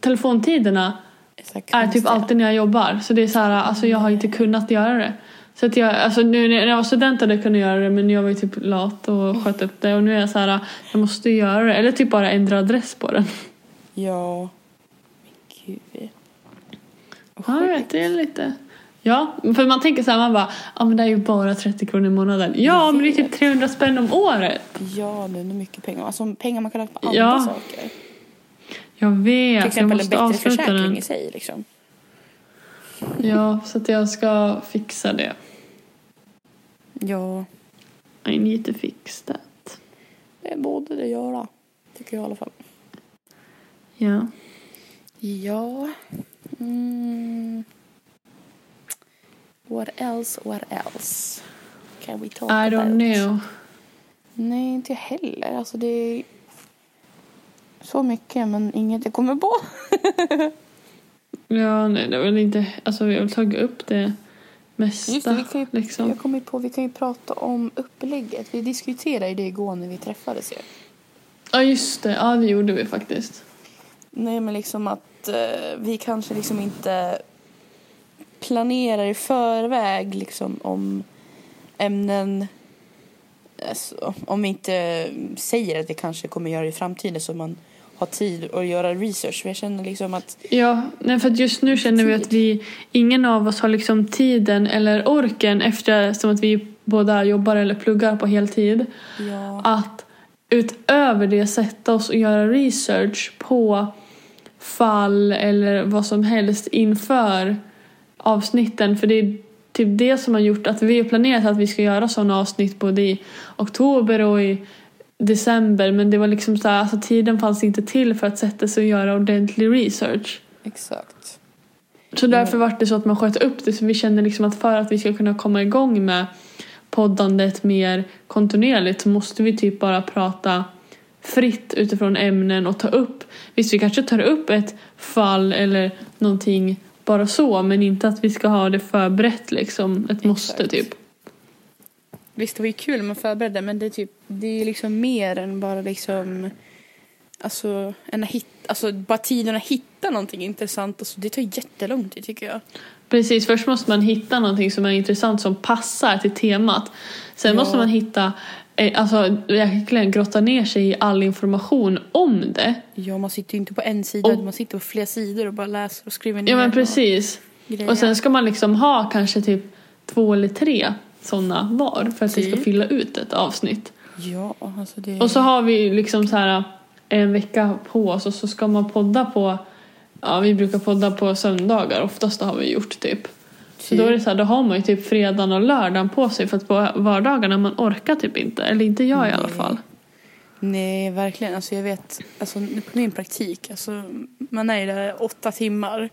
B: telefontiderna
A: Det är så här
B: är typ
A: konstiga.
B: alltid när jag jobbar. Så det är så här, alltså jag har inte kunnat göra det. Så att jag, alltså nu när jag var student hade jag kunnat göra det men jag var ju typ lat och sköt upp det. Och nu är jag så här, jag måste ju göra det. Eller typ bara ändra adress på den.
A: Ja. Men gud. Vad
B: Ja, jag
A: sjukt.
B: vet, det är lite... Ja, för man tänker så här, man bara, ja men det är ju bara 30 kronor i månaden. Ja, men det är typ 300 spänn om året.
A: Ja, det är nog mycket pengar. Alltså pengar man kan lägga på andra
B: Ja.
A: saker.
B: Jag vet,
A: Till
B: jag
A: exempel en
B: måste
A: bättre
B: avsluta
A: försäkring
B: den.
A: i sig liksom.
B: Ja, så att jag ska fixa det.
A: Ja,
B: I need to fix that.
A: det borde det göra. Tycker jag i alla fall.
B: Ja.
A: Ja. Mm. What else, what else? Can we talk
B: I
A: about?
B: don't know.
A: Nej, inte jag heller. Alltså det... så mycket men inget jag kommer på.
B: Ja, nej, det var väl inte... Alltså, vi har väl tagit upp det mesta.
A: Just det, vi kan ju,
B: liksom.
A: jag kommer ju på, vi kan ju prata om upplägget. Vi diskuterade ju det igår när vi träffades ju.
B: Ja, just det. Ja, det gjorde vi faktiskt.
A: Nej men liksom att eh, vi kanske liksom inte planerar i förväg liksom om ämnen. Alltså, om vi inte säger att vi kanske kommer göra det i framtiden så man har tid att göra research. För jag känner liksom att
B: Ja, nej, för att just nu känner vi att vi... Ingen av oss har liksom tiden eller orken eftersom att vi båda jobbar eller pluggar på heltid.
A: ja,
B: att utöver det sätta oss och göra research på fall eller vad som helst inför avsnitten. För det är typ det som har gjort att vi har planerat att vi ska göra sådana avsnitt både i oktober och i december. Men det var liksom så här, alltså tiden fanns inte till för att sätta sig och göra ordentlig research.
A: exakt.
B: Så
A: Mm.
B: därför var det så att man sköt upp det. Så vi känner liksom att för att vi ska kunna komma igång med poddandet mer kontinuerligt så måste vi typ bara prata fritt utifrån ämnen och ta upp. Visst, vi kanske tar upp ett fall eller någonting bara så, men inte att vi ska ha det förberett liksom. Ett måste
A: Exakt.
B: typ.
A: Visst det var ju kul när man förberedde men det är typ det är ju liksom mer än bara liksom Alltså, en hit, alltså bara tiden att hitta någonting intressant, alltså, det tar jättelång tid tycker jag.
B: Precis, först måste man hitta någonting som är intressant som passar till temat. Sen
A: Ja.
B: måste man hitta, eh, alltså verkligen grotta ner sig i all information om det.
A: Ja, man sitter ju inte på en sida,
B: Och-
A: man sitter på flera sidor och bara läser och skriver ner.
B: Ja men
A: och
B: precis.
A: grejer.
B: Och sen ska man liksom ha kanske typ två eller tre sådana var för att vi ska
A: Typ.
B: fylla ut ett avsnitt.
A: Ja, alltså det...
B: Och så har vi ju liksom så här en vecka på oss och så ska man podda på, ja vi brukar podda på söndagar oftast har vi gjort typ. Så då är det så här, då har man ju typ fredagen och lördagen på sig för att på vardagarna man orkar typ inte, eller inte jag i alla
A: Nej.
B: fall.
A: Nej, verkligen. Alltså jag vet, alltså på min praktik, alltså man är ju där åtta timmar.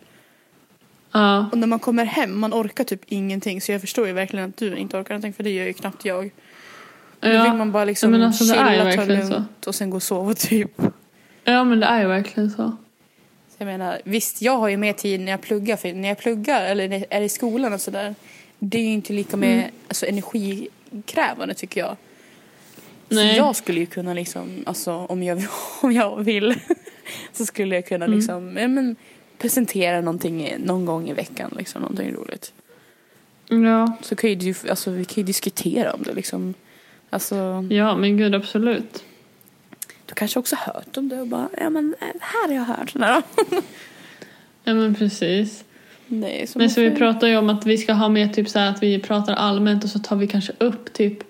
B: Ja,
A: Och när man kommer hem, man orkar typ ingenting. Så jag förstår ju verkligen att du inte orkar någonting, för det gör ju knappt jag. Då vill
B: ja.
A: man bara liksom
B: Ja, men alltså, det är ju
A: chilla, ta
B: verkligen
A: lugnt och sen gå och sova typ.
B: ja men det är ju verkligen så.
A: Så jag menar, visst jag har ju mer tid när jag pluggar, för när jag pluggar eller när jag är i skolan och sådär. Det är ju inte lika med
B: Mm.
A: alltså, energikrävande tycker jag.
B: Nej.
A: Så jag skulle ju kunna liksom, alltså om jag, om jag vill så skulle jag
B: Mm.
A: kunna liksom, ja, men, presentera någonting i- någon gång i veckan liksom, någonting roligt.
B: Ja.
A: Så kan ju, du- alltså, vi kan ju diskutera om det liksom. Alltså,
B: ja, men gud absolut.
A: du kanske också hört om det och bara, ja men eh, här har jag hört. Nej, då.
B: Ja men precis.
A: Nej, så
B: Men så vi
A: måste-
B: pratar ju om att vi ska ha med typ så här att vi pratar allmänt och så tar vi kanske upp typ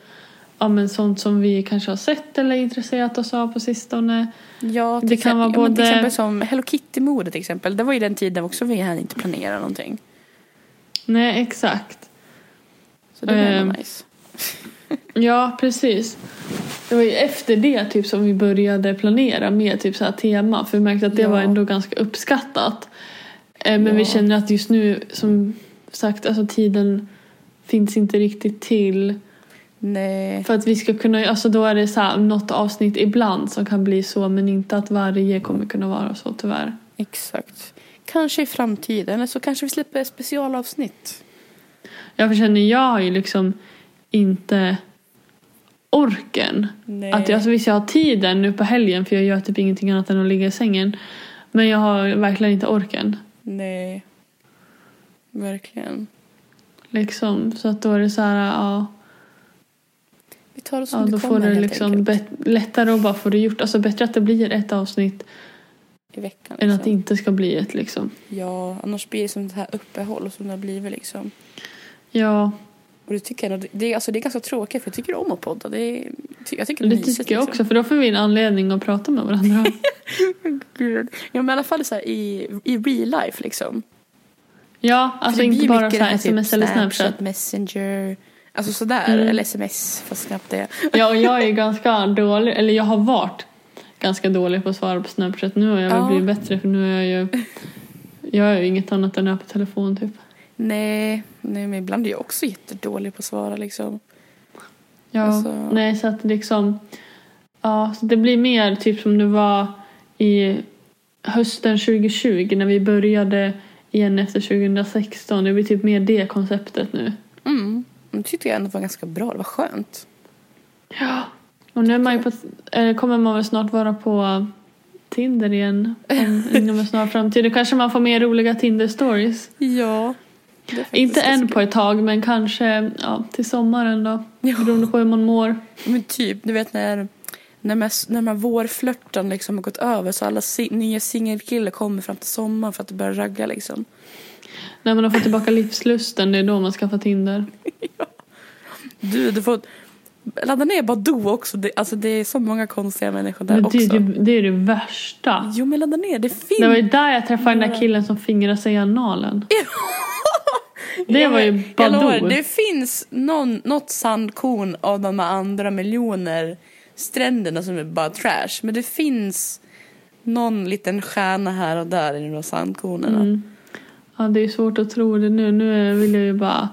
B: ja, men sånt som vi kanske har sett eller intresserat oss av på sistone.
A: Ja, till
B: Det kan
A: exem-
B: vara
A: ja, men till
B: både-
A: exempel som Hello Kitty-mode till exempel. Det var ju den tiden också vi hann inte planera någonting.
B: Nej, exakt.
A: Så det var
B: Ehm.
A: ändå nice.
B: Ja, precis. Det var ju efter det typ som vi började planera med typ så här tema för vi märkte att det
A: Ja.
B: var ändå ganska uppskattat. Eh, Men vi
A: Ja.
B: känner att just nu som sagt alltså tiden finns inte riktigt till
A: Nej.
B: För att vi ska kunna, alltså då är det så här, något avsnitt ibland som kan bli så men inte att varje kommer kunna vara så tyvärr.
A: Exakt. Kanske i framtiden, eller så kanske vi släpper specialavsnitt.
B: Jag känner jag har ju liksom inte orken.
A: Nej.
B: Att jag, alltså visst jag har tiden nu på helgen för jag gör typ ingenting annat än att ligga i sängen. Men jag har verkligen inte orken.
A: Nej. Verkligen.
B: Liksom. Så att då är det så här, ja,
A: Vi tar det som
B: ja
A: det
B: då får
A: kommer
B: du
A: helt
B: liksom
A: enkelt.
B: bet- lättare att bara få det gjort. Alltså bättre att det blir ett avsnitt
A: I veckan.
B: än att det
A: Liksom.
B: inte ska bli ett liksom.
A: Ja, annars blir det som det här uppehåll som det har blivit liksom.
B: Ja,
A: Och det tycker jag, ändå- det, är- alltså, det är ganska tråkigt för jag tycker om att podda. Det är, jag tycker det är
B: det
A: mysigt,
B: tycker jag
A: liksom.
B: också för då får vi en anledning att prata med varandra.
A: Gud. Ja men i alla fall så här, i, i real life liksom.
B: Ja, alltså
A: det blir
B: inte bara
A: mycket det
B: så här
A: här typ
B: sms eller Snapchat.
A: Messenger. Alltså sådär,
B: Mm.
A: eller sms fast knappt det.
B: Ja, och jag är ganska dålig, eller jag har varit ganska dålig på att svara på Snapchat. Nu har jag väl
A: Ja.
B: blivit bättre för nu är jag ju... Jag är ju inget annat än att på telefon typ.
A: Nej, nej men ibland är jag också jättedålig på att svara liksom.
B: Ja,
A: Alltså-
B: nej så att liksom... Ja, så det blir mer typ som det var i hösten 2020 när vi började igen efter 2016. Det blir typ mer det konceptet nu.
A: Mm. Det tyckte jag ändå var ganska bra. Det var skönt.
B: Ja. Och nu är man ju på, eh, kommer man väl snart vara på Tinder igen om, inom en snar framtid. Då kanske man får mer roliga Tinder-stories.
A: Ja.
B: Inte än på ett tag, men kanske ja, till sommaren då.
A: Ja.
B: Beroende på hur man mår.
A: Men typ, du vet när, när, man, när man vårflörten liksom har gått över så alla si, nya singelkillar kommer fram till sommaren för att det börjar ragga liksom.
B: När man har fått tillbaka livslusten, det är då man skaffar Tinder.
A: Du, du får ladda ner Badoo också. Det, alltså det är så många konstiga människor där
B: Men det,
A: också.
B: är ju, det är det värsta.
A: Jo men ladda ner, det finns.
B: Det var ju där jag träffade den där killen som fingrade sig i analen. det var ju
A: Jag lovar,
B: Badoo.
A: det finns någon, något sandkorn av de här andra miljoner stränderna som är bara trash. Men det finns någon liten stjärna här och där i de där sandkornen.
B: Mm. Ja, det är svårt att tro det nu. Nu vill jag ju bara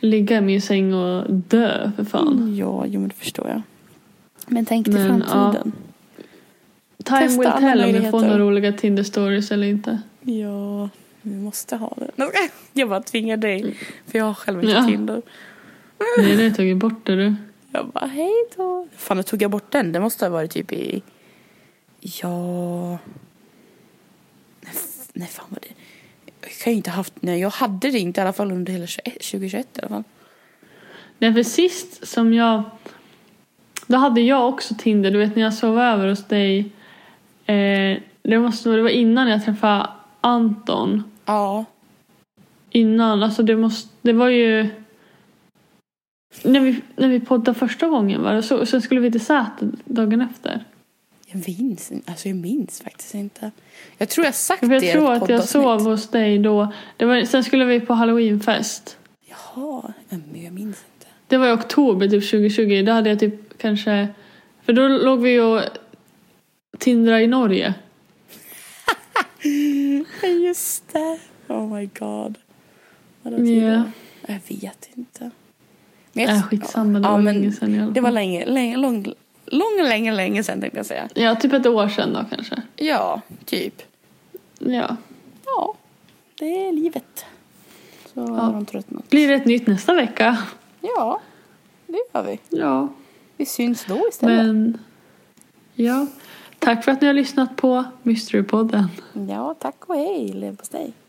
B: ligga i min säng och dö för fan.
A: Mm, Ja, jo men det förstår jag. Men tänk till
B: Men,
A: framtiden.
B: Time
A: Testa
B: will
A: alla
B: tell om jag
A: möjligheter.
B: får några roliga Tinder-stories eller inte.
A: Ja. vi måste ha det. Nej, Jag bara tvingar dig, för jag har själv inte
B: Ja.
A: Tinder.
B: Nej, det har jag tagit bort det du.
A: Jag bara, hej då. Fan, när tog jag bort den? Det måste ha varit typ i... Ja... Nej, f- Nej, fan vad det... Jag kan ju inte ha haft... Nej, jag hade det inte i alla fall under hela 21 2021 i alla fall.
B: Nej, för sist som jag... Då hade jag också Tinder. Du vet när jag sov över hos dig. Eh, det, måste, det var innan jag träffade Anton.
A: Ja.
B: Innan, alltså det måste... Det var ju... När vi, när vi poddade första gången var det så, sen skulle vi till Säter dagen efter.
A: Jag minns, alltså jag minns faktiskt inte. Jag tror jag har sagt
B: För
A: det
B: jag
A: i ett
B: tror att jag
A: poddavsnitt.
B: sov hos dig då. Det var, sen skulle vi på halloweenfest.
A: Jaha, men jag minns inte.
B: Det var i oktober typ 2020. Då hade jag typ kanske... För då låg vi och tindrade i Norge.
A: Ja, Just det. Oh my god. Vadå
B: Ja.
A: tidigare? Jag vet inte. Men jag-
B: Äh, skitsamma, det
A: Ja,
B: var
A: men
B: länge sedan i alla
A: Det
B: fall.
A: var länge, länge, lång, lång, länge, länge sedan tänkte jag säga.
B: Ja, typ ett år sedan då kanske.
A: Ja, typ.
B: Ja.
A: Ja, det är livet. Så har de tröttnat.
B: Blir det ett nytt nästa vecka?
A: Ja, det gör vi.
B: Ja.
A: Vi syns då istället.
B: Men... Ja. Tack för att ni har lyssnat på Mysterypodden.
A: Ja, tack och hej leverpastej.